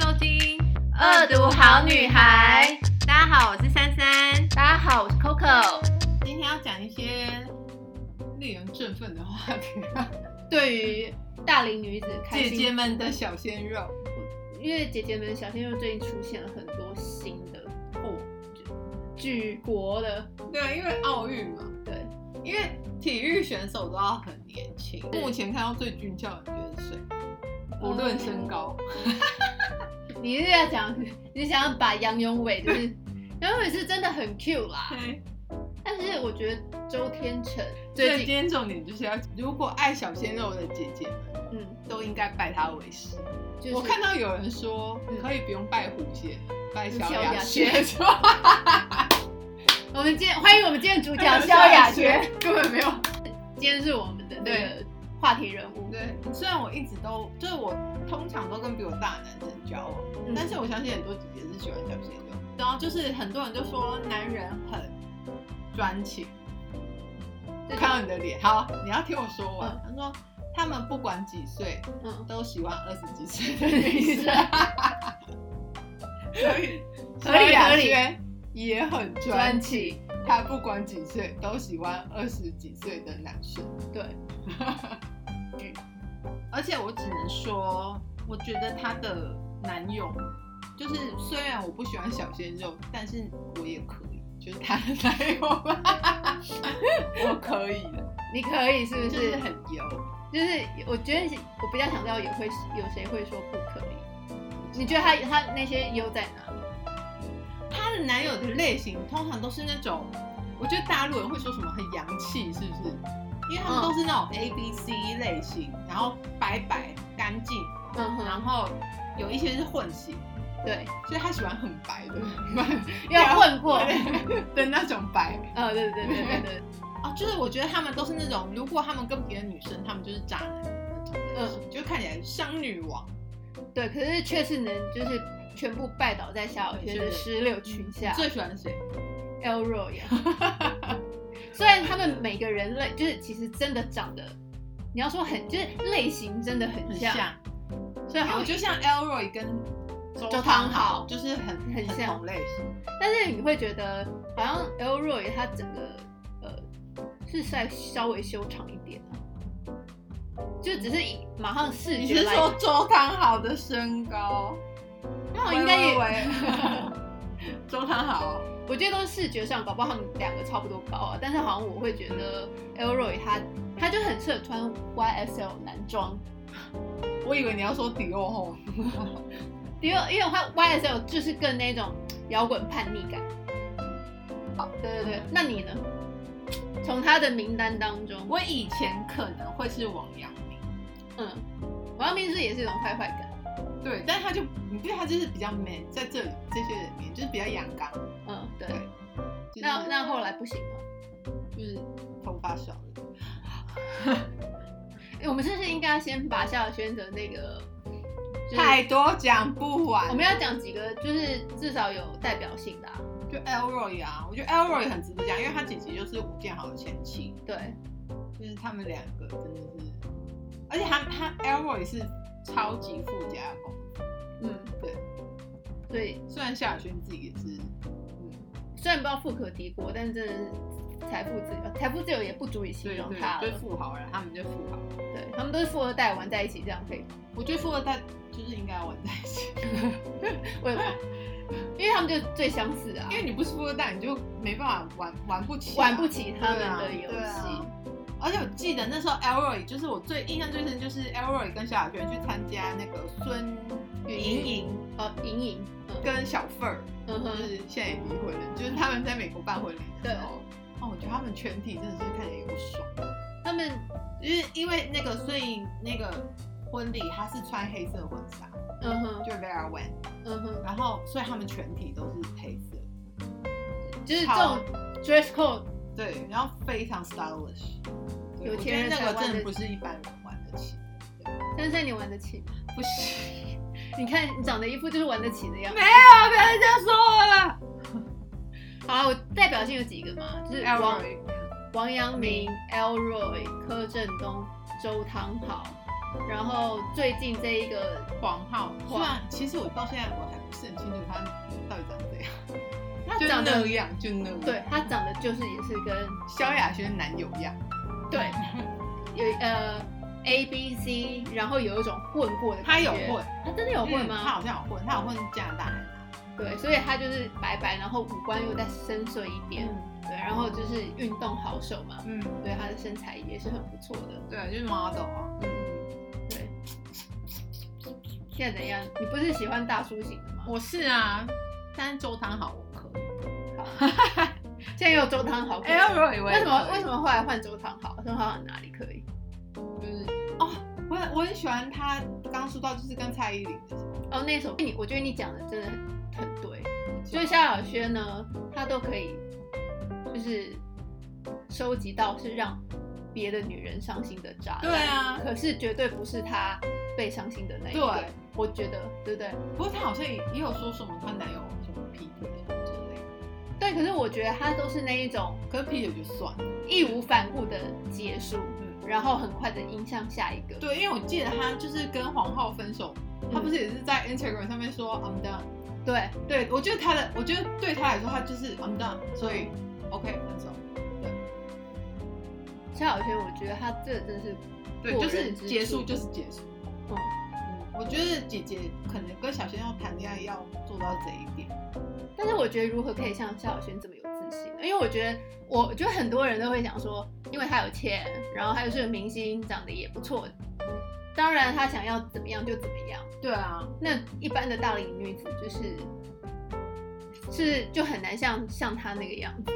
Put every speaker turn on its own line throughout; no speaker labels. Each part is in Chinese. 收听《
恶毒好女孩》。
大家好，我是珊珊。
大家好，我是 Coco。
今天要讲一些令人振奋的话题，啊
对于大龄女子开
姐
心，
姐们的小鲜肉。
因为姐姐们小鲜肉最近出现了很多新的
哦，
举国的，
对，因为奥运嘛，
对，
因为体育选手都要很年轻。目前看到最俊俏的就是谁，不论身高，
你是要讲，你想要把杨永伟 就是，杨永伟是真的很 Q 啦，
对
但是我觉得周天成
所以
最
今
近，
天重点就是要，如果爱小鲜肉的姐姐们
嗯，
都应该拜他为师。
就是
我看到有人说
嗯
可以不用拜虎蟹，拜萧
萧
亚
亚
轩，
轩我们今天欢迎我们今天的主角萧亚轩，
根本没有。
今天是我们的那个话题人 物，
对，虽然我一直都就是我通常都跟比我大的男生交往，
嗯
但是我相信很多姐姐是喜欢小鲜肉。然后就是很多人就说男人很专情，
这
看到
个
你的脸，好，你要听我说完。他说他们不管几岁
嗯，
都喜欢二十几岁的女 生，所以
合理啊
萧亚轩也很专
专
情。
辑，
他不管几岁都喜欢二十几岁的男生。 嗯
对，
而且我只能说，我觉得她的男友，就是虽然我不喜欢小鲜肉，但是我也可以，就是她的男友，我可以的，
你可以是不
就是是很油。
就是我觉得我比较想知道也会有谁会说不可以？你觉得他他那些优在哪里？
她的男友的类型通常都是那种，我觉得大陆人会说什么很洋气，是不是？因为他们都是那种 A B C 类型，然后白白干净，
嗯
然
哼，
后有一些是混血，
对，
所以他喜欢很白的，
嗯
啊
要混过，
的那种白。
呃，对对对对对，
哦，就是我觉得他们都是那种，如果他们跟别的女生，他们就是渣男那种类
嗯
型，就看起来像女王。
对，可是确实能就是全部拜倒在萧亚轩的石榴裙下
你最喜欢谁？
，Elro 也。虽然他们每个人类就是其实真的长得，你要说很就是类型真的很
很
像，
像，
所以好
我
像
就像 Elroy 跟周
周
汤
汤
豪，
豪
就是很
很像
同类型。
但是你会觉得好像 Elroy 他整个呃是在稍微修长一点、啊，就只是以马上视
你
觉
是
来，
说周汤豪的身高？
那我哦应该也，
喂喂 喂周汤豪，
我觉得都是视觉上，搞不好他们两个差不多高啊。但是好像我会觉得 Elroy 他他就很适合穿 YSL 男装，
我以为你要说迪奥后。
因为因为他 YSL 就是更那种摇滚叛逆感。好，对对对，那你呢？从他的名单当中，
我以前可能会是王阳明，
嗯，王阳明是也是一种坏坏感，
对，但他就你对他就是比较 man，在这里这些人里面就是比较阳刚，
嗯，对。
对。就是
那那后来不行吗？
就是头发少了，
哎，我们是不是应该先把萧亚轩的那个？就是
太多讲不完。
我们要讲几个，就是至少有代表性的、啊。
就 Elroy 啊，我觉得 Elroy 很值得讲，因为他姐姐就是吴建豪的前妻，
对，
就是他们两个真的是，而且他他 Elroy 是超级富家公，
嗯，
对。
所以
虽然萧亚轩自己也是，嗯
虽然不知道富可敌国，但真的是财富自由，财富自由也不足以形
对
容
对
他，
就
了。
是富豪了，他们就富豪。
对，他们都是富二代玩在一起，这样可以吗？
我觉得富二代就是应该要玩在一起。
为什么？因为他们就最相似啊
因，为你不是富二代，你就没办法玩玩不起、
玩不起他们
对啊
的游戏。
对啊而且我记得那时候 Elroy 就是我最印象最深，就是 Elroy 跟萧亚轩去参加那个孙莹莹
哦，莹莹，嗯
跟小凤儿，
嗯
就
哼，
是现在也离婚了，就是他们在美国办婚礼的时候，哦，我觉得他们全体真的是看起来有够爽，
他们
就是因为那个所以那个婚礼他是穿黑色婚纱，
嗯哼
就 Vera Wang，
嗯哼，
然后所以他们全体都是黑色，
就是这种 dress code
对，然后非常 stylish，对
有
我觉
钱人
得
才
那个
玩
真的
得
不是一般人玩得起，
珊珊，你玩得起吗？
不行，
你看你长得一副就是玩得起的样子。
啊，不要再这样说我了。
好啊，我代表性有几个嘛？就是
哎
王
Elroy
王阳明、Elroy、柯震东、周汤豪，然后最近这一个
黄浩，虽
黄
然其实我到现在我还不是很清楚他到底长怎样，
他
就
长
那
得，
样，就那样。
对，他长得就是也是跟
萧亚轩男友样，
对有呃 A B C，然后有一种混过的感
他
觉
有混，
他真的有混
嗯他
吗？
好像有混，他有混加拿大人。啊
对，所以他就是白白，然后五官又再深邃一点，对，然后就是运动好手嘛，
嗯，
对，他的身材也是很不错的，
对，就是 model 啊。
嗯，对。现在怎样？你不是喜欢大叔型的吗？
我是啊，但是周汤好，我可以。
现在有周汤好，
哎、我以为
为什么为什
么？
么后来换周汤好？周汤好哪里可以？
就是哦，我很我很喜欢他刚说到就是跟蔡依林的时候，
哦，那首你我觉得你讲的真的很很对，就是萧亚轩呢，他都可以就是收集到是让别的女人伤心的渣男，
对啊
可是绝对不是他被伤心的那一个
对，
我觉得对不对？
不过她好像也也有说什么她男友什么劈腿之类的，
对，可是我觉得他都是那一种
可是劈腿就算了。
义无反顾的结束，
嗯，
然后很快的迎向下一个，
对，因为我记得她就是跟黄浩分手，她不是也是在 Instagram 上面说 I'm done。
对
对，我觉得她的，我觉得对她来说，她就是 I'm done，所以 OK 分手。
萧亚轩，我觉得他这真是
对，
过
就是
人之
结束
处
就是结束。
嗯
嗯，我觉得姐姐可能跟小鲜肉谈恋爱要做到这一点。
但是我觉得如何可以像萧亚轩这么有自信呢？因为我觉得，我觉得很多人都会想说，因为他有钱，然后他又是个明星，长得也不错，当然他想要怎么样就怎么样。
对啊，
那一般的大龄女子就是是就很难像像她那个样子。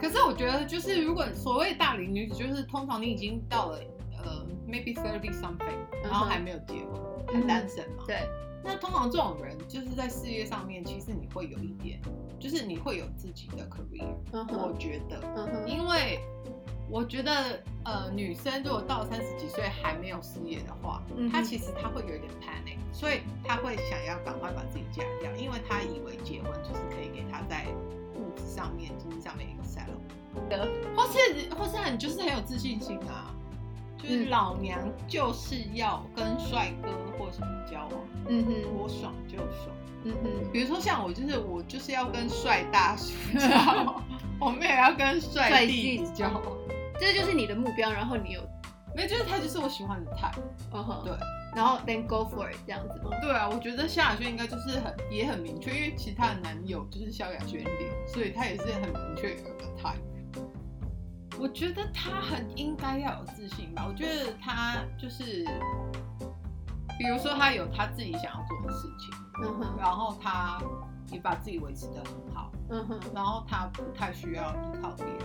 可是我觉得就是如果所谓大龄女子，就是通常你已经到了呃 maybe thirty something，然后还没有结婚，还单身嘛。
对，
那通常这种人就是在事业上面，其实你会有一点，就是你会有自己的 career，、
嗯
我
哼，
觉得。
嗯哼，
因为我觉得，呃，女生如果到三十几岁还没有事业的话，
嗯哼
她其实她会有一点 panic，所以她会想要赶快把自己嫁掉，因为她以为结婚就是可以给她在物质上面、经济上面一个 settle，或是或是你就是很有自信心啊，就是
嗯
老娘就是要跟帅哥或什么交往，
嗯哼，
我爽就爽。
嗯哼，
比如说像我，就是我就是要跟帅大叔交 往，我们也要跟帅
帅
弟
弟
弟交往。
这就是你的目标，然后你有，
没有，就是他就是我喜欢的 type。
嗯哼，
对，
然后 then go for it 这样子吗？
对啊，我觉得萧亚轩应该就是很也很明确，因为其他的男友就是萧亚轩脸，所以他也是很明确有一个 type。我觉得他很应该要有自信吧。我觉得他就是，比如说他有他自己想要做的事情，
嗯哼，
然后他也把自己维持的很好，
嗯哼，
然后他不太需要依靠别人。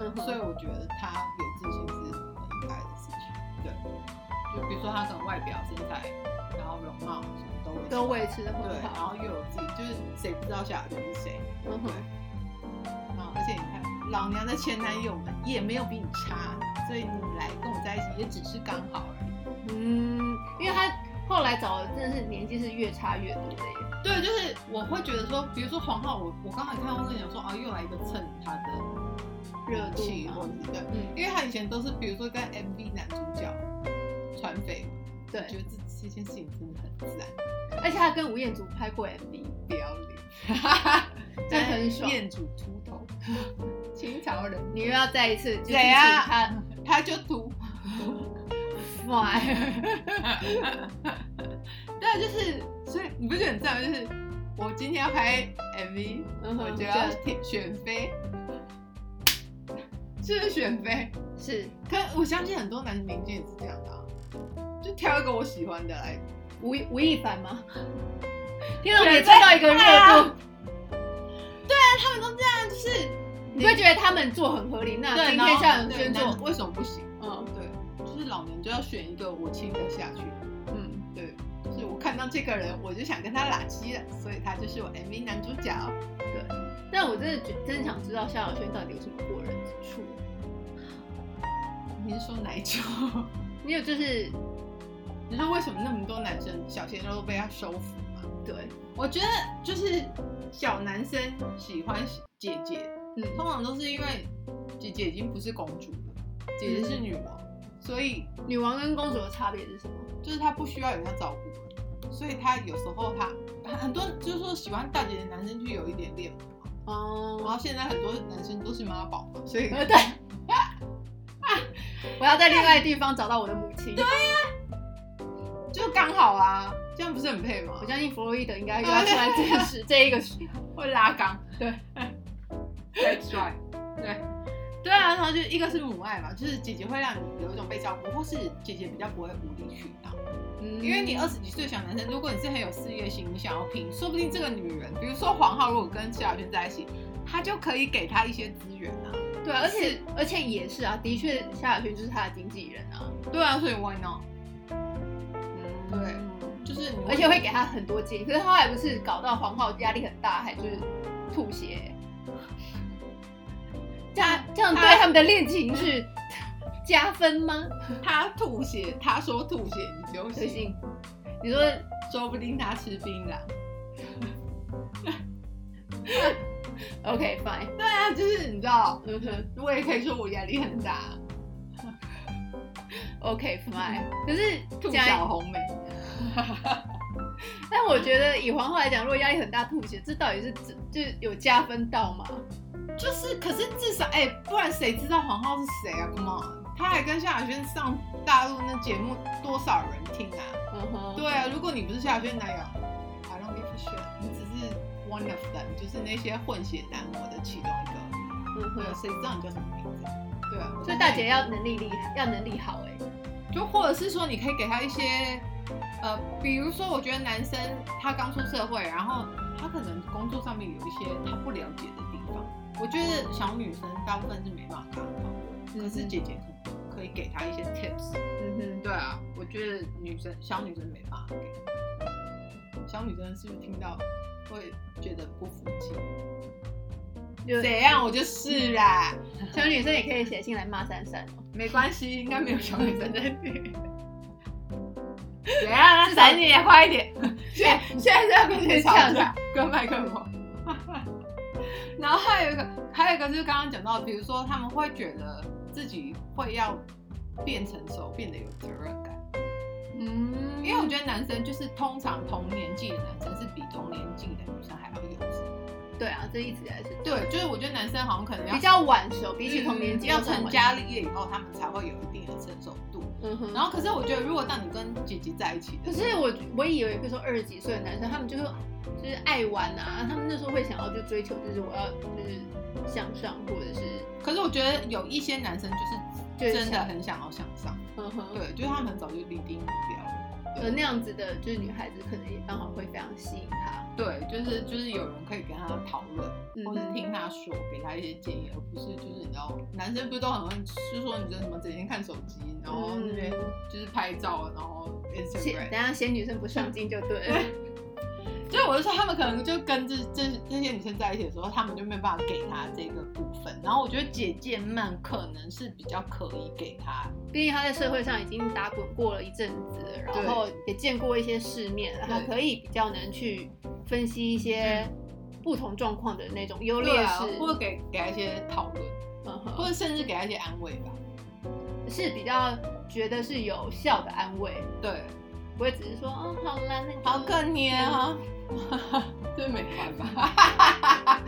嗯
所以
哼，
我觉得他有自信是很应该的事情。对，就比如说他可能外表、身材，然后容貌什么都维
都
维
维持的
对，
很
然
好，
后又有自己，就是谁不知道小雅轩是谁？
嗯哼。
然后而且你看，老娘的前男友们也没有比你差，所以你来跟我在一起也只是刚好而已。
嗯，因为他后来找的真的是年纪是越差越多的耶。
对，就是我会觉得说，比如说黄浩，我我刚才看到那个讲说啊，又来一个蹭他的
热
人
度
气
嘛
或者啊是对，
嗯，
因为他以前都是比如说跟 MV 男主角传绯闻。
对
我，觉得这这件事情真的很自然，
而且他跟吴彦祖拍过 MV，
不要脸，
这样很爽
彦祖秃头， 清朝人，
你又要再一次就是
谁啊
请他
他就秃。
fly，
哎对，啊就是，所以你不觉得很赞吗？就是我今天要拍 MV，
嗯
我
哼
就要贴选妃，是不是选妃？
是
可我相信很多男明星也是这样的、啊，就挑一个我喜欢的来。
吴亦吴亦凡吗？ 天哪，我
对
也蹭到一个
对啊
热度，
但他们都这样，就是
你会觉得他们做很合理。那
对，
今
然后
天像有
对
轩
男
做，
的为什么不行？
嗯
对，就是老娘就要选一个我亲得下去的。
嗯，
对，就是我看到这个人，我就想跟他拉鸡了，所以他就是我 MV 男主角。哦
但我真的觉真的想知道萧亚轩到底有什么过人之处。
你是说哪一种？
你有就是
你说为什么那么多男生小鲜肉都被他收服吗？
对，
我觉得就是小男生喜欢姐姐，
嗯
嗯通常都是因为姐姐已经不是公主了，姐姐是女王，所以
女王跟公主的差别是什么？
就是他不需要人家照顾，所以他有时候他很多就是说喜欢大姐的男生就有一点恋母嘛，然
哦，
后现在很多男生都是妈宝嘛，所 以
呃对，我要在另外地方找到我的母亲。对，
就刚好啊，这样不是很配吗
我？相信弗洛伊德应该又要出来这件事，这一个事
会拉缸，
对，
太帅，对，对啊，然后就一个是母爱嘛，就是姐姐会让你有一种被照顾，或是姐姐比较不会无理取闹，
嗯
因为你二十几岁小男生，如果你是很有事业心，你想要拼，说不定这个女人，比如说黄浩，如果跟萧亚轩在一起，他就可以给他一些资源啊，
对啊，而且而且也是啊，的确萧亚轩就是他的经纪人啊，
对啊，所以 why not？对
嗯，
就是你
而且会给他很多建议。可是他后来不是搞到黄浩压力很大，还就是吐血，这
啊
样这样对他们的恋情是加分吗？
他吐血，他说吐血你就
推
信，
信，你说
说不定他吃槟榔。
OK fine，
对啊，就是你知道，
嗯哼
我也可以说我压力很 大，
，OK fine。可是
吐
讲
小红梅。
但
嗯
我觉得以黄浩来讲，如果压力很大吐血，这到底是就是有加分到吗？
就是，可是至少哎、不然谁知道黄浩是谁啊？干嘛？他还跟萧亚轩上大陆那节目，多少人听啊？
嗯哼，
对啊，如果你不是萧亚轩男友，I don't give a shit，你只是 one of them，就是那些混血男模的其中一个。
嗯
对啊，
哼，
谁知道你叫什么名字？对啊，
所以大姐要能力厉害，要能力好哎、
就或者是说，你可以给他一些，呃，比如说，我觉得男生他刚出社会，然后他可能工作上面有一些他不了解的地方，我觉得小女生大部分是没办法看到，可是姐姐可能可以给他一些 tips。
嗯哼，
对啊，我觉得女生小女生没办法给，小女生是不是听到会觉得不服气？
就
怎样？我就是啦，
小女生也可以写信来骂珊珊哦，
没关系，应该没有小女生在听。怎样？啊闪你也快一 点！啊现现在是要跟谁吵 架？跟麦克风。 然后还有一个，还有一个就是刚刚讲到，比如说他们会觉得自己会要变成熟，变得有责任感。
嗯
因为我觉得男生就是通常同年纪的男生是比同年纪的女生还要幼稚。
得对啊，这一直以来是
对，就是我觉得男生好像可能要
比较晚熟，比起
嗯
同年纪
要
更晚
成家立业以后，他们才会有一定的成熟度。
嗯哼，
然后，可是我觉得如果当你跟姐姐在一起
可
的时
是我我以为，比如说二十几岁的男生，他们就是就是爱玩啊，他们那时候会想要就追求，就是我要就是向上，或者是
候，可是我觉得有一些男生就
就是是
真的
想
很想要向上，
呵呵，
对，就是他们很早就立定目标了。
呃那样子的，就是女孩子可能也刚好会非常吸引他，
对，就是就是有人可以跟他讨论，
嗯
或是听他说，给他一些建议，而不是就是你知道，男生不是都很会，就是说女生什么整天看手机，然后那边就是拍照，然后
仙，
Instagram，
等一下仙女生不上进就对了，
就是我就说他们可能就跟这这这些女生在一起的时候，他们就没有办法给她这个部分。然后我觉得姐姐们可能是比较可以给她，
毕竟她在社会上已经打滚过了一阵子了，然后也见过一些世面了，她可以比较能去分析一些不同状况的那种优劣
嗯对啊
势，，
或者给给她一些讨论，
嗯
或
哼，
者甚至给她一些安慰吧。
是比较觉得是有效的安慰。
对，
不会只是说哦，好啦，那你就
好可怜啊、哦， 这美环吧。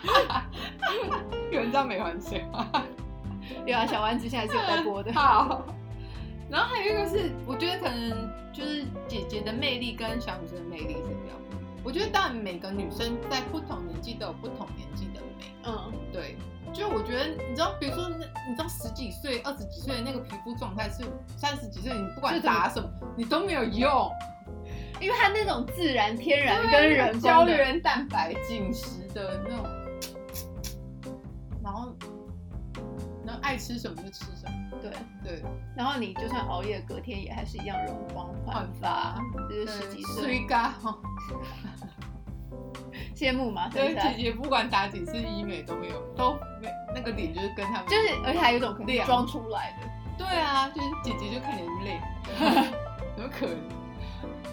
有人知道美环谁吗？。
对啊，小丸子现在是有在播的
好，然后还有一个是，我觉得可能就是姐姐的魅力跟小女生的魅力是比较不一样。我觉得当然每个女生在不同年纪都有不同年纪的美，
嗯，
对。就我觉得，你知道，比如说，那你知道十几岁、二十几岁的那个皮肤状态是三十几岁，你不管
是怎么
打什么，你都没有用。
因为它那种自然、天然
对啊
跟
那个
人
胶
工的
原蛋白紧实的那种，然后，然后爱吃什么就吃什么，
对，
对，
然后你就算熬夜，隔天也还是一样容光焕发，就是十几岁，
水咖哦哈。
羡慕嘛，
所以
现
姐
在
姐不管打几次医美都没有，都没那个脸就是跟他们
就是，而且还有一种可能
亮
装出来的，
对啊，就是姐姐就看起来累，怎么可能？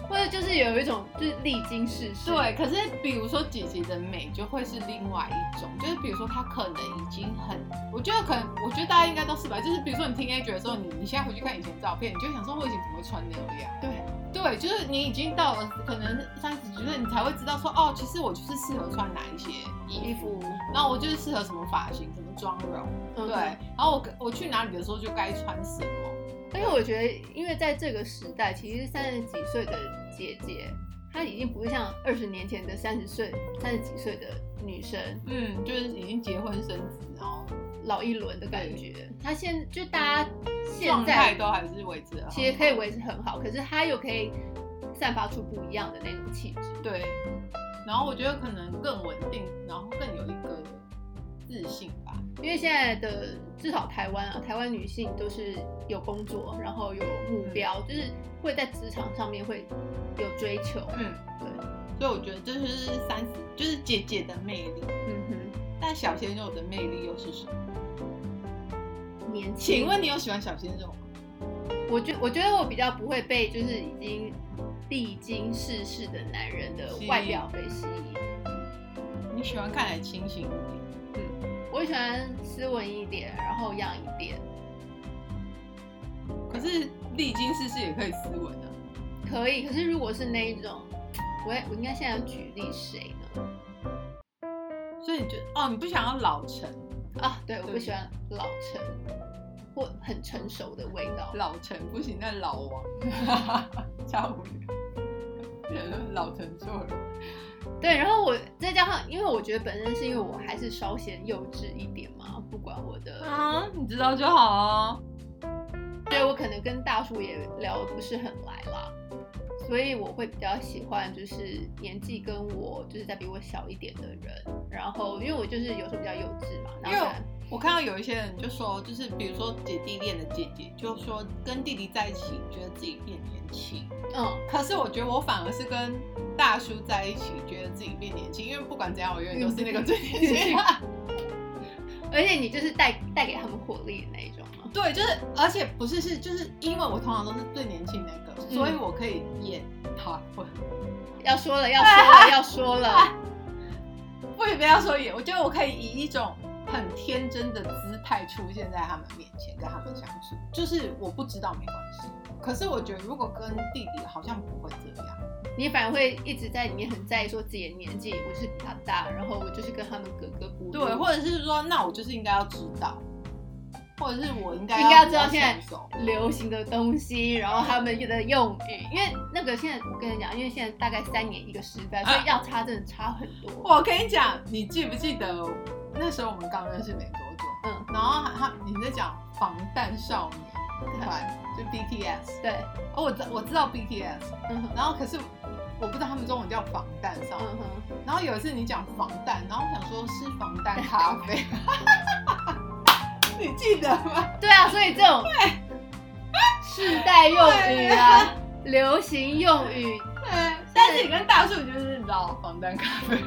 或者就是有一种就是历经世事，
对，可是比如说姐姐的美就会是另外一种，就是比如说她可能已经很，我觉得可能，我觉得大家应该都是吧，就是比如说你听 A 觉的时候，你你现在回去看以前照片，你就想说我以前怎么会穿那样？
对
对，就是你已经到了可能三十几岁，你才会知道说哦，其实我就是适合穿哪一些衣
衣
服，
服，
然后我就是适合什么发型、什么妆容，
嗯
对，然后我我去哪里的时候就该穿什么，
而且我觉得，因为在这个时代，其实三十几岁的姐姐，她已经不是像二十年前的三十岁、三十几岁的女生
嗯，就是已经结婚生子，然后
老一轮的感觉。她现就大家
状
现
态
在
都还是维持得很好，
其实可以维持很好，可是她又可以散发出不一样的那种气质。
对，然后我觉得可能更稳定，然后更有一个自信吧。
因为现在的至少台湾啊，台湾女性都是有工作，然后有目
嗯
标，就是会在职场上面会有追求。
嗯，对，所以我觉得这就是三十，就是姐姐的魅力，
嗯
但小鲜肉的魅力又是什么？
哼，年轻。
请问你有喜欢小鲜肉吗？
我觉我觉得我比较不会被就是已经历经世事的男人的外表给吸引，
你喜欢看起来清醒一点，
我喜欢斯文一点，然后样一点，
可是历经世事也可以斯文啊。
可以。可是如果是那一种，我也我应该现在要举例谁呢？
所以你觉得哦，你不想要老成，
啊，对，我不
对
喜欢老成或很成熟的味道。
老成不行，那老王 超无聊， 老成就了。
对，然后我再加上，因为我觉得本身是因为我还是稍显幼稚一点嘛，不管我的。
啊，你知道就好哦。
所以我可能跟大叔也聊得不是很来啦，所以我会比较喜欢就是年纪跟我就是在比我小一点的人，然后因为我就是有时候比较幼稚嘛，
因
然后
为
虽然
我看到有一些人就说，就是比如说姐弟恋的姐姐，就说跟弟弟在一起，觉得自己变年轻。
嗯
可是我觉得我反而是跟大叔在一起，觉得自己变年轻，因为不管怎样，我永远都是那个最年轻。
而且你就是带带给他们活力的那一种 嘛，
对，就是，而且不是是，就是因为我通常都是最年轻那个，所以我可以演他。我
要说了要
啊
说 了要说了，
不不要说演，我觉得我可以以一种很天真的姿态出现在他们面前，跟他们相处。就是我不知道没关系，可是我觉得如果跟弟弟好像不会这样。
你反而会一直在里面很在意说自己的年纪，我是比他大，然后我就是跟他们格格不入，
对，或者是说，那我就是应该要知道，或者是我应该
应该要
比
知
较
道现在
成熟
流行的东西，然后他们的用语，因为那个现在我跟你讲，因为现在大概三年一个时代，所以要差真的差很多。
我跟你讲，你记不记得那时候我们刚认识没多久？
嗯，
然后他他你在讲防弹少年
嗯
团，就 BTS。
对，
哦，我知我知道 BTS，
嗯哼，
然后可是我不知道他们中文叫防弹少年。
嗯哼，
然后有一次你讲防弹，然后我想说是防弹咖 啡，你记得吗？
对啊，所以这种世代用语啊，流行用语，
对。但是你跟大树就是你知道防弹咖啡。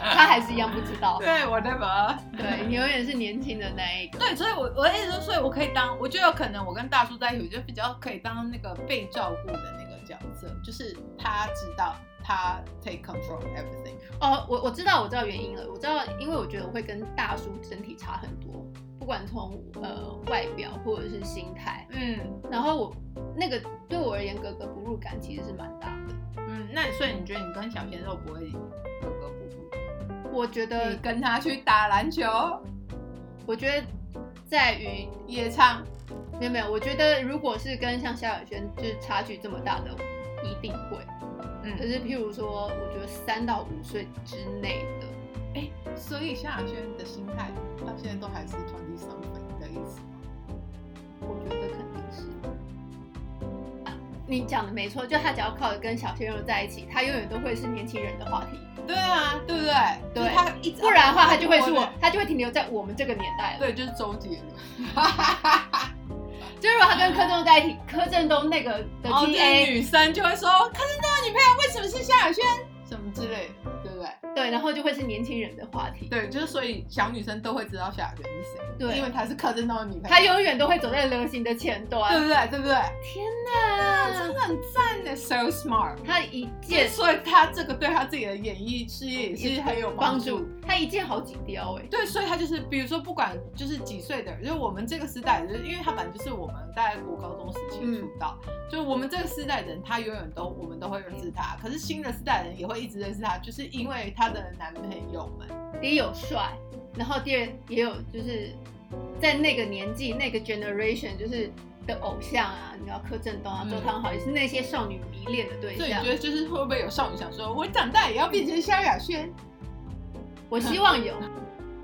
他还是一样不知道。
对，我的吧。
对你永远是年轻的那一个。
对，所以我我的意思说，所以我可以当，我就有可能我跟大叔在一起，我就比较可以当那个被照顾的那个角色，就是他知道他 take control of everything。
哦，我我知道，我知道原因了。我知道，因为我觉得我会跟大叔整体差很多，不管从呃外表或者是心态。
嗯
然后我那个对我而言格格不入感其实是蛮大的。
嗯，那所以你觉得你跟小鲜肉不会格格不入？
我觉
你
得，
跟他去打篮球、
我觉得在于
夜唱，
没有没有，我觉得如果是跟像萧亚轩就是差距这么大的，一定会。可
嗯，
是譬如说，我觉得三到五岁之内的，
呃所以萧亚轩的心态到现在都还是传递上分的意思。
我觉得肯定是。啊你讲的没错，就他只要靠跟小鲜肉在一起，他永远都会是年轻人的话题，
对啊，对不对？
对
就是他一直啊
不然的话，他就会是我，他就会停留在我们这个年代了。
对，就是周杰伦。
就如果他跟柯震东在一起，柯震东那个的
然后这
TA，、
些女生就会说：“可是那个女朋友为什么是萧亚轩？什么之类的，对不不对？
对，然后就会是年轻人的话题。
对，就是所以小女生都会知道萧亚轩是谁，
对
因为她是柯震东的女朋友，
他永远都会走在流行的前
对
端。
不对？对不对？
天哪，
她很赞的，so smart。
他一件
所以她这个对她自己的演艺事业也是很有帮
帮
助
助。，他一箭好几雕哎。
对，所以他就是，比如说，不管就是几岁的人，就是我们这个时代，就是因为他本来就是我们在国高中时期出道，就我们这个时代的人，他永远都我们都会认识他。可是新的时代的人也会一直认识他，就是因为他的男朋友们。
第一有帅，然后第二也有就是在那个年纪那个 generation 就是的偶像啊，你知道柯震东啊、
嗯
周汤豪也是那些少女迷恋的对
所以你
象
觉。得就是会不会有少女想说，我长大也要变成萧亚轩？
我希望有，
嗯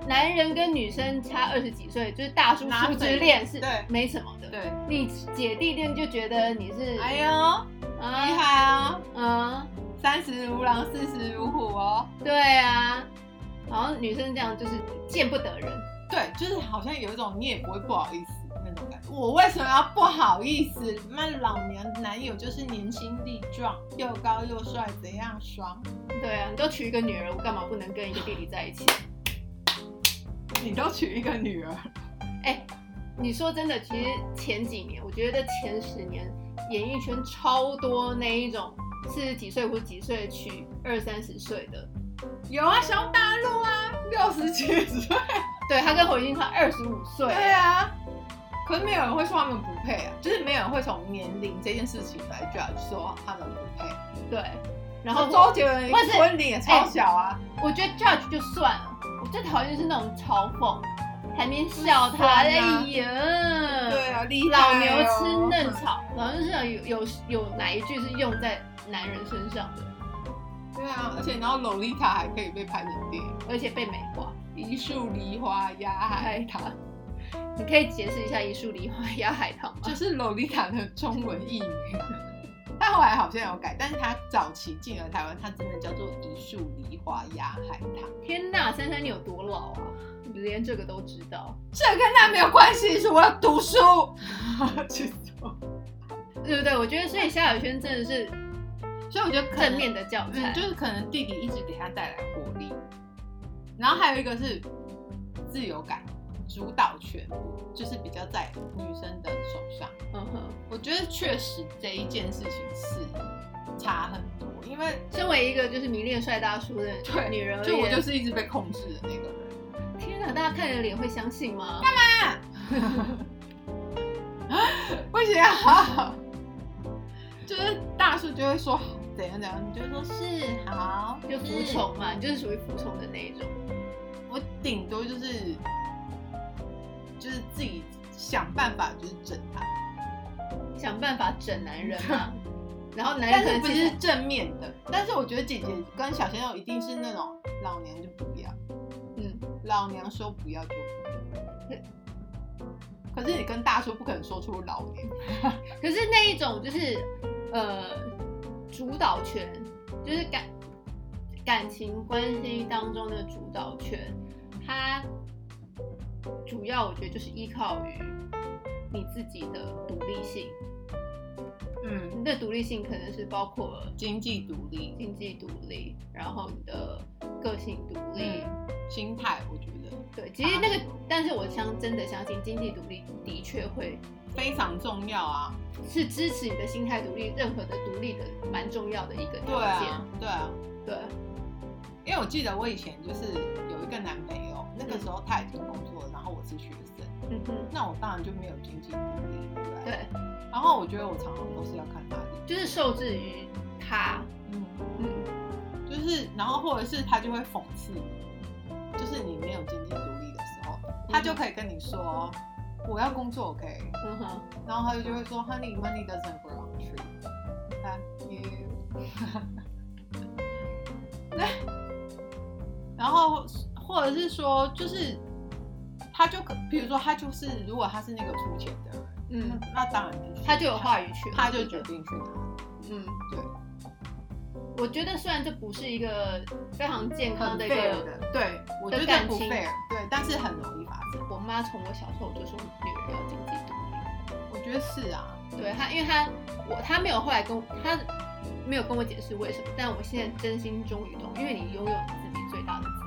男人跟女生差二十几岁，就是大叔
拉
叔
菲
之恋是
对
没什么的。
对，
你姐弟恋就觉得你是
哎呦，厉
啊
害哦，
啊，
三十如狼，四十如虎哦。
对啊，然后女生这样就是见不得人。
对，就是好像有一种你也不会不好意思那种感觉。我为什么要不好意思？那老娘男友就是年轻力壮，又高又帅，怎样爽？
对啊，你都娶一个女儿，我干嘛不能跟一个弟弟在一起？
你都娶一个女儿，
你说真的，其实前几年，我觉得前十年演艺圈超多那一种四十几岁、五十几岁娶二三十岁的。
有啊，小大陆啊，六十几岁，
对他跟侯俊差二十五岁，
对啊。可是没有人会说他们不配啊，就是没有人会从年龄这件事情来 judge 说他们不配。
对然
然
后
后周杰伦
或是
婚礼也超小啊，
我觉得 judge 就算了，我最讨厌就是那种嘲讽，还没笑
就
他，
酸啊
哎呀，
对啊，厉害、哦、
老牛吃嫩草，老牛吃嫩草有有有哪一句是用在男人身上的，
对啊，而且然后洛丽塔还可以被拍成电影。
而且被美化？
一树梨花压海
海
棠，
你可以解释一下一树梨花压海棠吗
就？是洛丽塔的中文译名。 他后来好像有改，但是他早期进了台湾，他真的叫做一树梨花压海棠，
天呐，珊珊你有多老啊？你连这个都知道，
这跟他没有关系，是我要读书。 气死我
对不对？我觉得所以萧亚轩真的是
所以我觉得可能
正面的教材，
嗯，就是可能弟弟一直给他带来活力，然后还有一个是自由感、主导权，就是比较在女生的手上。
嗯哼。
我觉得确实这一件事情是差很多，因为
身为一个就是迷恋帅大叔的
对
女人而言，
就我就是一直被控制的那个人。
天哪，大家看你的脸会相信吗？
不行啊， 就是大叔就会说怎样怎样，你就说是好，
就服
是。
从嘛，你就是属于服从的那一种。
我顶多就是就是自己想办法就是整他，
想办法整男人 嘛。然后男人
但
可
是
能
不
其
是
实
正面的。但是我觉得姐姐跟小鲜肉一定是那种老娘就不要，
嗯，
老娘说不要就不要。可是你跟大叔不可能说出老娘。
可是那一种就是呃主导权，就是感感情关系当中的主导权，它主要我觉得就是依靠于你自己的独立性。
嗯，
你的独立性可能是包括了
经济独立，
经济独立，然后你的个性独立，
嗯，心态我觉得
对，其实那个，但是我相真的相信经济独立的确会
非常重要啊。
是支持你的心态独立，任何的独立的蛮重要的一个
对
条件
啊。，对啊，
对，
因为我记得我以前就是有一个男朋友，那个时候他已经工作了，然后我是学生，
嗯哼，
那我当然就没有经济独立，对不对？
对，
然后我觉得我常常都是要看他的，
就是受制于他，
嗯，
嗯，
就是然后或者是他就会讽刺你，就是你没有经济独立的时候，他就可以跟你说我要工作，OK，
嗯哼，
然后他就会说 Honey, money doesn't grow on trees. Thank you. 对然后或者是说，就是他就可，比如说他就是，如果他是那个出钱的人，
嗯，
那那当然就是
他就有话语权，
他就决定去拿。
嗯，
对，
我觉得虽然这不是一个非常健康
很
的一
fair
个，
的，对我觉
的
得
感
不
情
fair，对，但是很容易发生。
我妈从我小时候就说女人要经济独立。
我觉得是啊，
对他，因为他我他没有后来跟我他没有跟我解释为什么，但我现在真心终于懂，因为你拥有你自己最大的自由，
嗯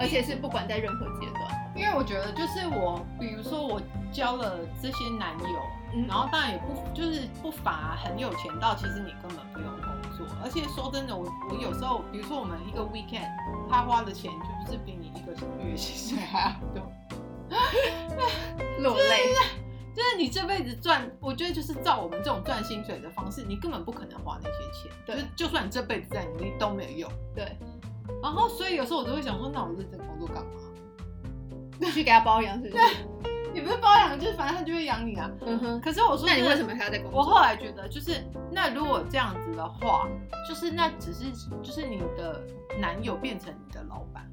而且是不管在任何阶段，
因为我觉得就是我，比如说我交了这些男友，
嗯
然后当然也不就是不乏很有钱到，其实你根本不用工作。而且说真的，我我有时候，比如说我们一个 weekend，他花的钱就是比你一个月薪水还要多。
落泪。
就是你这辈子赚，我觉得就是照我们这种赚薪水的方式，你根本不可能花那些钱。
对
就就算你这辈子在努力都没有用。
对，
然后所以有时候我都会想说，那我认真工作干嘛？
你去给他包养是不 是？
你不是包养，就是反正他就会养你啊。
嗯哼。
可是我说
那
真的，
你为什么还要在工
我
作？
后来觉得，就是那如果这样子的话，就是那只是就是你的男友变成你的老板，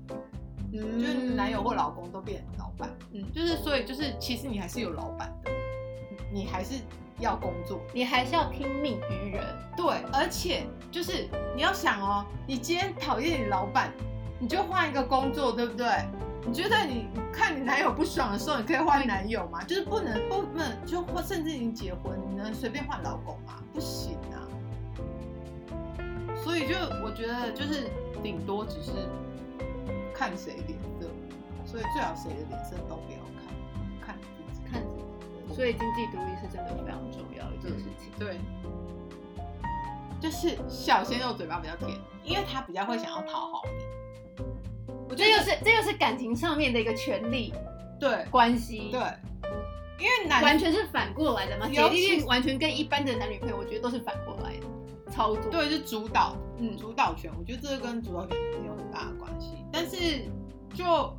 嗯
就是你男友或老公都变成老板，
嗯
就是所以就是其实你还是有老板的，你你还是要工作，
你还是要听命于人。
对，而且就是你要想哦，你今天讨厌你老板，你就换一个工作，对不对？你觉得你看你男友不爽的时候，你可以换男友吗？就是不能不不能，就或甚至你结婚，你能随便换老公吗？不行啊。所以就我觉得就是顶多只是看谁脸色，所以最好谁的脸色都不要看，看你自己。
看自己。所以经济独立是真的非常重要一件事情。
对，就是小鲜肉嘴巴比较甜，因为他比较会想要讨好你。我觉
这又
得
是这又是感情上面的一个权利
对
关系，
对，，因为男
完全是反过来的嘛。姐
尤其
弟恋完全跟一般的男女朋友，我觉得都是反过来的操作。，
对是主导，
嗯
主导权，我觉得这个跟主导权是有很大的关系。但是就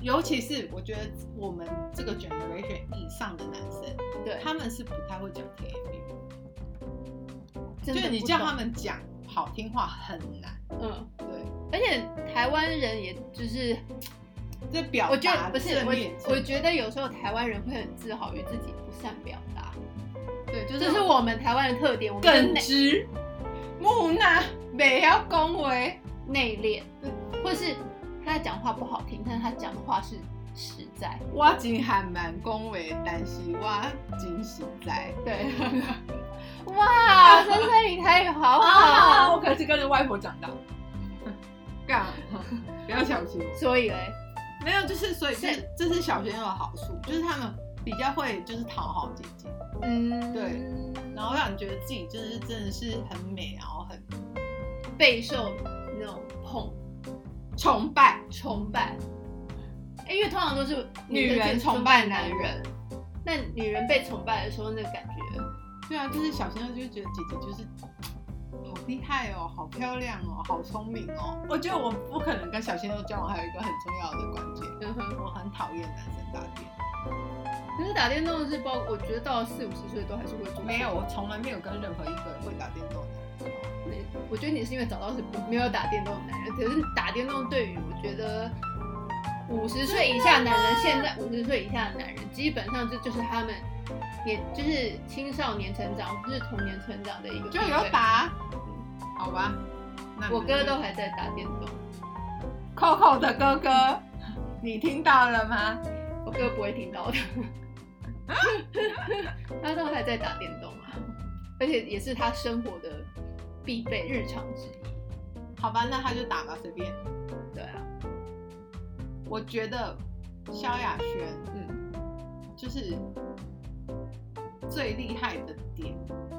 尤其是我觉得我们这个 generation 以上的男生，
对，
他们是不太会讲甜言蜜语，
真
就
的
是你
不
叫
懂
他，们讲好听话很难。
嗯，
对，
而且台湾人也就是，
这表
我觉
达
得不是
正面
我，我觉得有时候台湾人会很自豪于自己不善表达，
对，就是
这是我们台湾的特点，我们的
耿
内
直、木讷，袂晓恭维。
内敛，嗯或是他讲话不好听，但是他讲的话是实在，
我真还蛮恭维，但是我真实在。
对。哇，哦深深你台语好好。
我可是跟着外婆长大。干，不要小心。
所以嘞，
没有，就是所以这
是
这是小鲜肉的好处，就是他们比较会就是讨好姐姐，
嗯，
对，然后让你觉得自己就是真的是很美，然后很
备受那种捧
崇拜
崇拜。哎，因为通常都是
女人崇拜男人。
那女人被崇拜的时候，那个感觉，
对啊，就是小鲜肉就会觉得姐姐就是好厉害哦，好漂亮哦，好聪明哦。我觉得我不可能跟小鲜肉交往，还有一个很重要的关键，
嗯哼。
我很讨厌男生打电话。
可是打电动是包，我觉得到了四五十岁都还是会做。
没有，，我从来没有跟任何一个会打电动的男生交往。
我觉得你是因为找到是不没有打电动的男人，可是打电动对于我觉得五十岁以下男人，现在五十岁以下的男人，基本上这就是他们年就是青少年成长，不是童年成长的一个
就
必
有
备。
打，啊好吧。那
嗯我 哥都还在打电动，
Coco 的哥哥，你听到了吗？
我哥不会听到的， 他都还在打电动啊，而且也是他生活的必备日常之一。
好吧，那他就打吧，随便。
对啊，
我觉得萧亚轩
嗯，
就是最厉害的点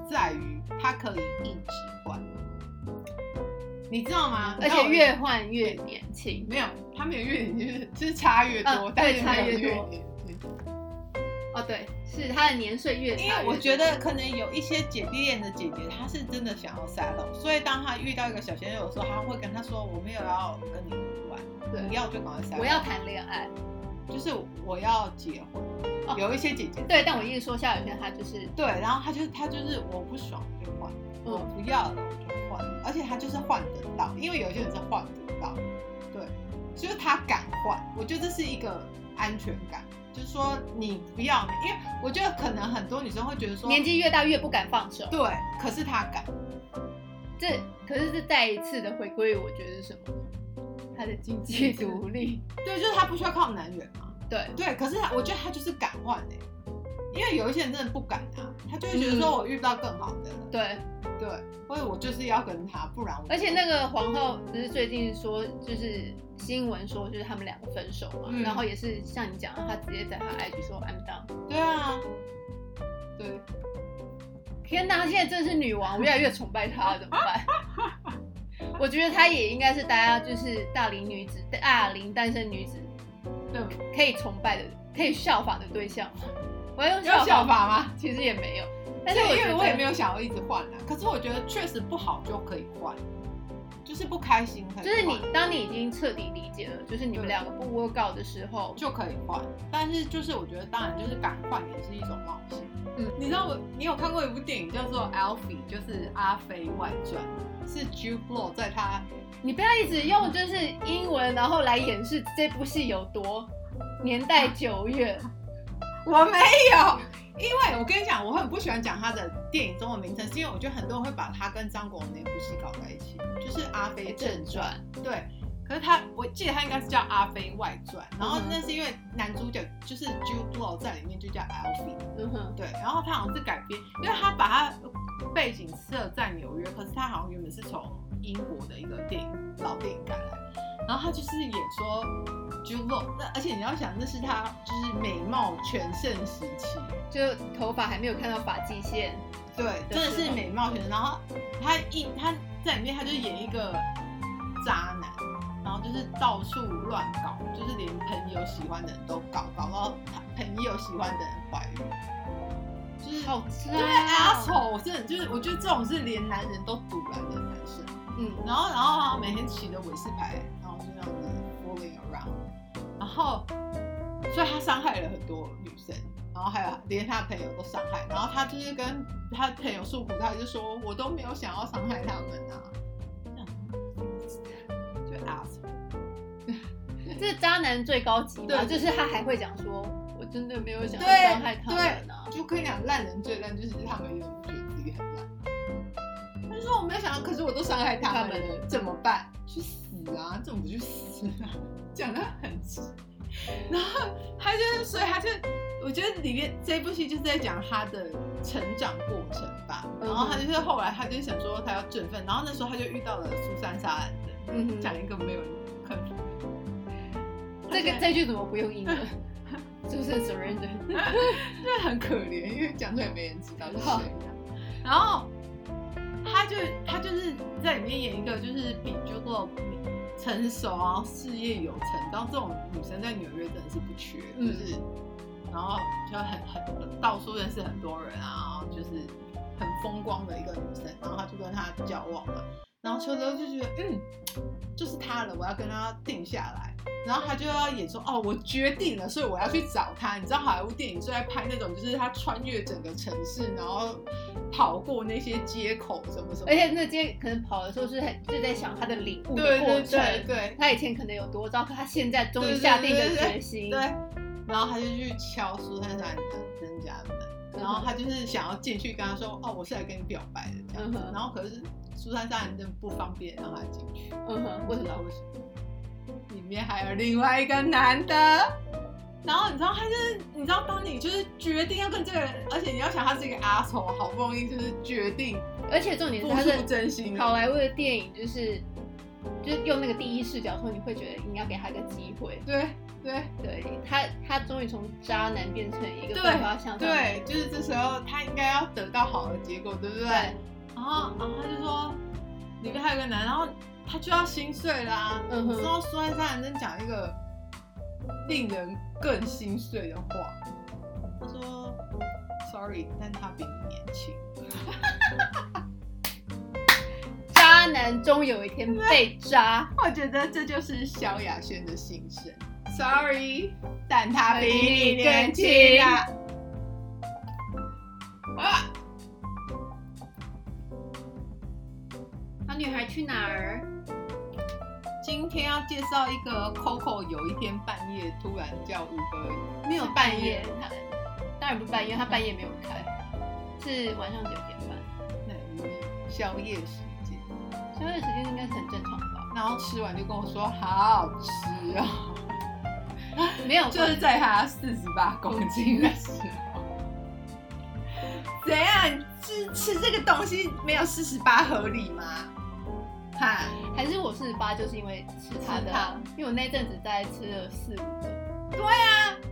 在于他可以一直换，你知道吗？
而
你知道
且
我
越换越年轻。
没有他没有越年就是就是差越多，
嗯
但
对
是
差
没有
越
越
多
年轻
哦，对，是他的年岁越
因为
长，
我觉得可能有一些姐弟恋的姐姐，她是真的想要 settle，所以当她遇到一个小鲜肉的时候，她会跟他说：“我没有要跟你玩，
对
你要就赶快 settle，
我要谈恋爱。
就是我要结婚。
哦
有一些姐姐
对，但我一直说夏雨轩他就是
对，然后他就他就是我不爽我就换，我
嗯
不要了我就换，而且他就是换得到，因为有些人是换不到，对，就是他敢换，我觉得这是一个安全感，就是说你不要，因为我觉得可能很多女生会觉得说
年纪越大越不敢放手。
对，可是他敢，
这可是这再一次的回归于我觉得是什么呢？他的经济独立。
对，就是他不需要靠男人嘛，
对，
对，可是他我觉得他就是敢欸换哎、因为有一些人真的不敢啊，他就会觉得说
嗯
我遇不到更好的了，
对，
对，所以我就是要跟他，不然我
而且那个皇后不是最近说，就是新闻说，就是他们两个分手嘛，
嗯
然后也是像你讲的，他直接在他 IG 说 I'm done。
对啊，对，
天哪，她现在真的是女王，我越来越崇拜她了，怎么办？ 我觉得她也应该是大家就是大龄女子、大龄单身女子
对，
可以崇拜的、可以效仿的对象。我要用
要
效
效
仿，
法吗？
其实也没有，
但
但是
是
我
因
觉
为
得
我也没有想要一直换啊，可是我觉得确实不好就可以换，就是不开心可以换
就是你，当你已经彻底理解了，就是你们两个不 work out 的时候，
就可以换，但是就是我觉得当然就是敢换也是一种冒险。
嗯，
你知道我你有看过一部电影叫做《Alfie》，就是《阿飞外传》，是 Jude Law 在 他
你不要一直用就是英文，然后来掩饰这部戏有多年代久远。
我没有，因为我跟你讲，我很不喜欢讲他的电影中文名称，是因为我觉得很多人会把他跟张国荣那部戏搞在一起，就是《阿飞正传》。对，可是他，我记得他应该是叫《阿飞外传》，然后
嗯哼
那是因为男主角就是 Jude Law 在里面就叫 Alfie，
嗯哼，
对，然后他好像是改编，因为他把他背景设在纽约，可是他好像原本是从英国的一个电影老电影改来，然后他就是演说 Jude Law，那而且你要想，那是他就是美貌全盛时期。
就头发还没有看到发际线，
对，真的是美貌学生。然后他一他在里面，他就演一个渣男，然后就是到处乱搞，就是连朋友喜欢的人都搞，搞到他朋友喜欢的人怀孕，就是
好
对阿
渣、哦。
丑，我真的就是我觉得这种是连男人都堵拦的男生。
嗯，
然后然后每天骑着韦氏牌，然后就这样子 rolling around，然后所以他伤害了很多女生，然后还有连他的朋友都伤害，然后他就是跟他的朋友诉苦，他就说我都没有想要伤害他们啊，这样就 ask，
这是渣男最高级嘛，
对
就是他还会讲说，我真的没有想要
对
伤害他们啊。
就跟你讲烂人最烂就是他们有觉得自己很烂，他就说我没有想到，可是我都伤害他们了，怎么办？去死啊！这种不去死啊！ 讲的很直，然后他就是，所以他就，我觉得里面这部戏就是在讲他的成长过程吧。然后他就是后来他就想说他要振奋，然后那时候他就遇到了苏珊杀案的，
嗯哼，
讲一个没有人可能。
这个这句怎么不 用英文？就是 surrender。
那很可怜，因为讲出来没人知道是
哦
谁。 然后他就他就是在里面演一个就是比 j u l 成熟啊，然后事业有成，然后这种女生在纽约真的是不缺，
嗯
就是、然后就很很到处认识很多人啊，然后就是很风光的一个女生，然后他就跟她交往嘛，然后秋秋就觉得嗯，就是她了，我要跟她定下来。然后他就要演说哦，我决定了，所以我要去找他。你知道好莱坞电影最爱拍那种，就是他穿越整个城市，然后跑过那些街口什么什么。
而且那天可能跑的时候是很就在想他的领悟的
对
过
对
程，
对对
他以前可能有多糟，可他现在终于下定了决心。
对，然后他就去敲苏珊珊人家的门，然后他就是想要进去跟他说哦，我是来跟你表白的这样子
嗯。哼
然后可是苏珊珊真的不方便让他进去，
嗯哼，
不
为
知
什
道
么？
为什么，里面还有另外一个男的。然后你知道他就是，你知道当你就是决定要跟这个人，而且你要想他是一个阿丑，好不容易就是决定
而且重点是
付
他
出
是
真心
好
了，
莱坞的电影，就是就是用那个第一视角说，你会觉得你要给他一个机会。
对对
对他，他终于从渣男变成一个
对
奋发向上。
对，就是这时候他应该要得到好的结果，对不对？
对，
然后然后他就说里面还有个男，然后他就要心碎啊啦、
嗯
你知
哼，
道苏珊珊人讲一个令人更心碎的话，他说：“Sorry，但他比你年轻。
渣男终有一天被渣”，
我觉得这就是萧亚轩的心声。Sorry，但他比你年轻啊！啊，
那女孩去哪儿？
今天要介绍一个 Coco，有一天半夜突然叫吴哥，
没有半夜，他当然不半夜，他半夜没有开，是晚上九点半。
那是宵夜时间，
宵夜时间应该是很正常吧？
然后吃完就跟我说好好吃哦。
没有，
就是在他四十八公斤的时候。怎样？是就是吃这个东西没有四十八合理吗？哈，
还是我四十八就是因为吃它
吃
的
它
啊，因为我那阵子在吃了四五个。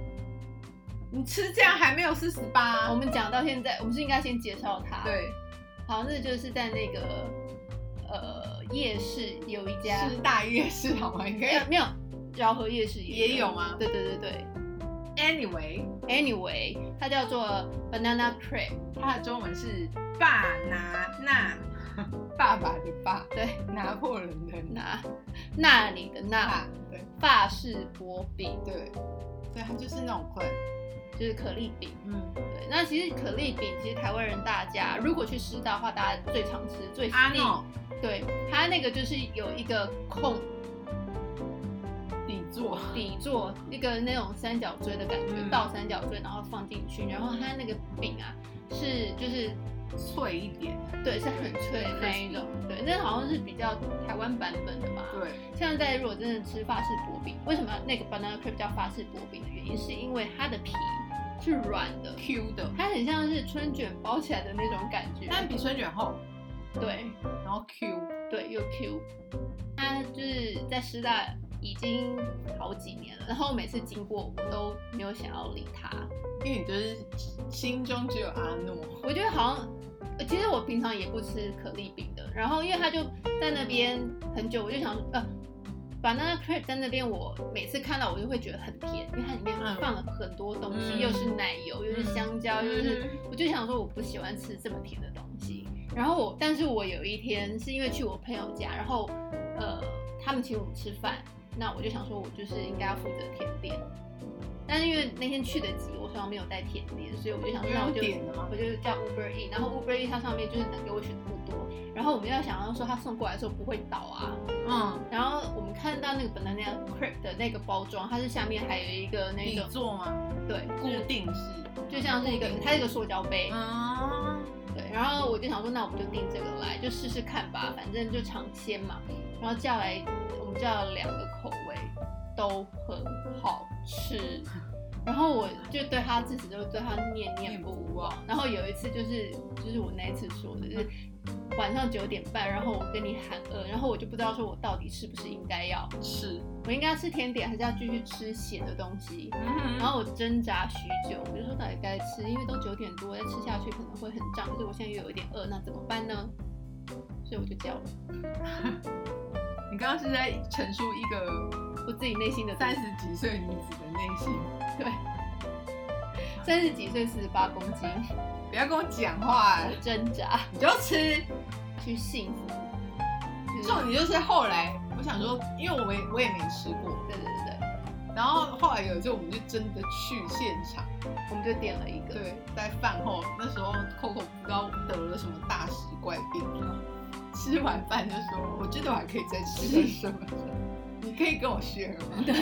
你吃这样还没有四十八
啊我？们讲到现在，我们是应该先介绍它。，
对，
好，那就是在那个呃夜市有一家，
师大夜市好吗？你可
没
以
有没有饶河夜市也
也有吗
对对对对
，anyway，
，anyway，它叫做 banana crepe，
它的中文是爸拿那，爸爸的爸，
对，
拿破仑的拿，
那那里的那
对
法式薄饼
对对，它就是那种困，
就是可丽饼。
嗯，
对，那其实可丽饼，其实台湾人大家如果去师大的话，大家最常吃、最
阿
定
诺
对，它那个就是有一个空
底座，
底座，一个那种三角锥的感觉，
嗯
倒三角锥，然后放进去，然后它那个饼啊是就是
脆一点，
对是很脆的那一种，对，那好像是比较台湾版本的吧。
对，
像在如果真的吃法式薄饼，为什么那个 banana crepe 叫法式薄饼的原因，是因为它的皮是软的，
Q 的，
它很像是春卷包起来的那种感觉，
但比春卷厚，
对
然后 Q，
对又 Q，它就是在师大已经好几年了，然后每次经过我都没有想要理它，
因为你就是心中只有阿诺，
我觉得好像。呃其实我平常也不吃可丽饼的，然后因为它就在那边很久，我就想呃，把那个 crepe 在那边，我每次看到我就会觉得很甜，因为它里面
嗯
放了很多东西，
嗯
又是奶油，又是香蕉，又是
嗯
我就想说我不喜欢吃这么甜的东西。然后我，但是我有一天是因为去我朋友家，然后呃，他们请我们吃饭，那我就想说我就是应该要负责甜点。但是因为那天去的急，我手上没有带甜点，所以我就想说，那我就
你有点了吗
我就叫 Uber E，然后 Uber E 它上面就是能给我选不多，然后我们要想要说它送过来的时候不会倒啊，
嗯，
然后我们看到那个 banana crepe 的那个包装，它是下面还有一个那
底
种
座吗？
对，
固
就是
定式，
就像是一个它是一个塑胶杯，
啊，
对，然后我就想说，那我们就订这个来，就试试看吧，反正就尝鲜嘛。然后叫来，我们叫了两个口味，都很好吃。 然后我就对他自己就对他念念不忘。然后有一次就是就是我那一次说的，就是晚上九点半，然后我跟你喊饿，然后我就不知道说我到底是不是应该要，
是，
我应该要吃甜点，还是要继续吃咸的东西。
嗯
然后我挣扎许久，我就说到底该吃，因为都九点多，再吃下去可能会很胀，可是我现在又有一点饿，那怎么办呢？所以我就叫了
你刚刚是在陈述一个
我自己内心的
三十几岁女子的内心，
对，三十几岁四十八公斤，
不要跟我讲话、
我挣扎
你就吃。
去幸福，就是
重点就是后来，我想说，因为我也我也没吃过，
对对对对，
然后后来有一次我们就真的去现场，
我们就点了一个，
对，在饭后那时候 Coco 不知道得了什么大食怪病，吃完饭就说，我觉得我还可以再吃点什么，你可以跟我学吗？对，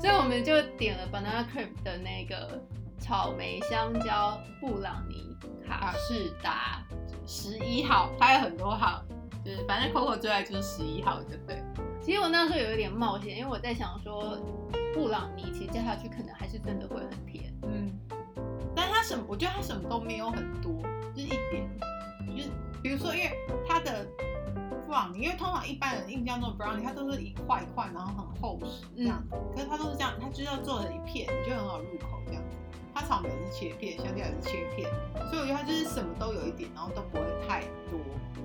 所以我们就点了 banana cream 的那个草莓香蕉布朗尼卡士达，
十一号，它有很多号，就是反正 Coco 最爱就是十一号，对不对？
其实我那时候有一点冒险，因为我在想说，布朗尼其实加下去可能还是真的会很甜。
嗯，但它什么，我觉得它什么都没有很多，就是一点，就是比如说，因为它的布朗尼，因为通常一般人印象中的 brownie 它都是一块一块，然后很厚实这样，可是它都是这样，它就是要做成一片，你就很好入口这样。它草莓也是切片，香蕉也是切片，所以我觉得它就是什么都有一点，然后都不会太多。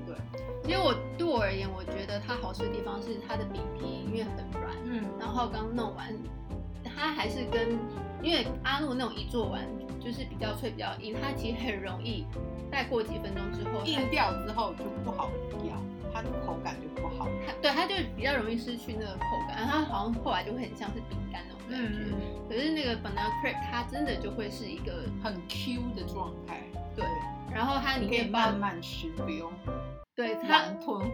对，
其实我对我而言，我觉得它好吃的地方是它的饼皮因为很软，
嗯，
然后刚弄完，它还是跟因为阿诺那种一做完就是比较脆比较硬，它其实很容易，再过几分钟之后它
硬掉之后就不好咬，它的口感就不好。
它对它就比较容易失去那个口感，它好像后来就会很像是饼干
嗯
那种感觉。，可是那个 banana crepe 它真的就会是一个
很 Q 的状态。
对，然后它里
你可以
面
慢
包
慢吃，不用
对它
狼吞虎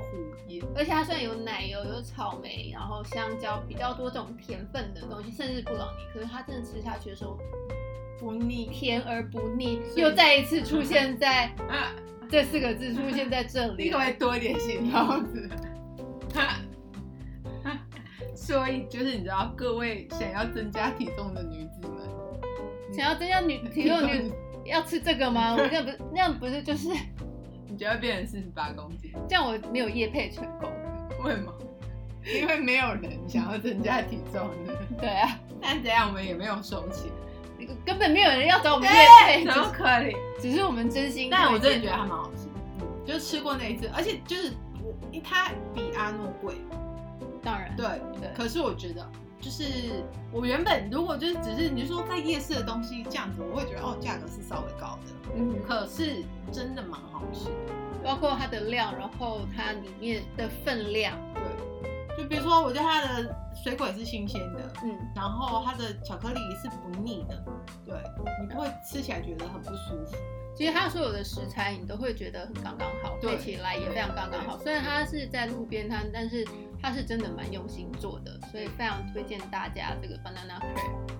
咽。
而且它虽然有奶油、有草莓，然后香蕉比较多这种甜分的东西，甚至布朗尼，可是它真的吃下去的时候
不腻。
甜而不腻，
所以
又再一次出现在
啊，
这四个字出现在这
你
里
可不。可以多一点形容词？ 啊所以就是你知道，各位想要增加体重的女子们，
想要增加女体重女 要吃这个吗？我这样不是那样不是就是
你觉得变成四十八公斤？
这样，我没有业配成功。
为什 么？因为没有人想要增加体重的。
对啊，
但这样我们也没有收钱，
那个根本没有人要找我们业配，
怎么可以？
只是我们真心。
哎
啊
但我真的觉得它蛮好吃，嗯，就吃过那一次，而且就是我它比阿诺贵，
当然
对。
对，
可是我觉得，就是我原本如果就是只是你说在夜市的东西这样子，我会觉得哦价格是稍微高的，
嗯，
可是真的蛮好吃的。
包括它的量，然后它里面的分量，
对，就比如说我觉得它的水果也是新鲜的，
嗯，
然后它的巧克力是不腻的，对，你不会吃起来觉得很不舒服。
其实它所有的食材你都会觉得很刚刚好，
对
配起来也非常刚刚好。虽然它是在路边摊，但是它是真的蛮用心做的，所以非常推荐大家这个 banana crepe。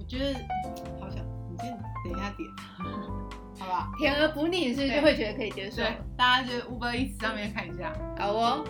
我觉得嗯好想，你先等一下点， 好吧？
甜而不腻，是不是
对
就会觉得可以接受？
对，大家就 Uber Eats 上面看一下。
好哦，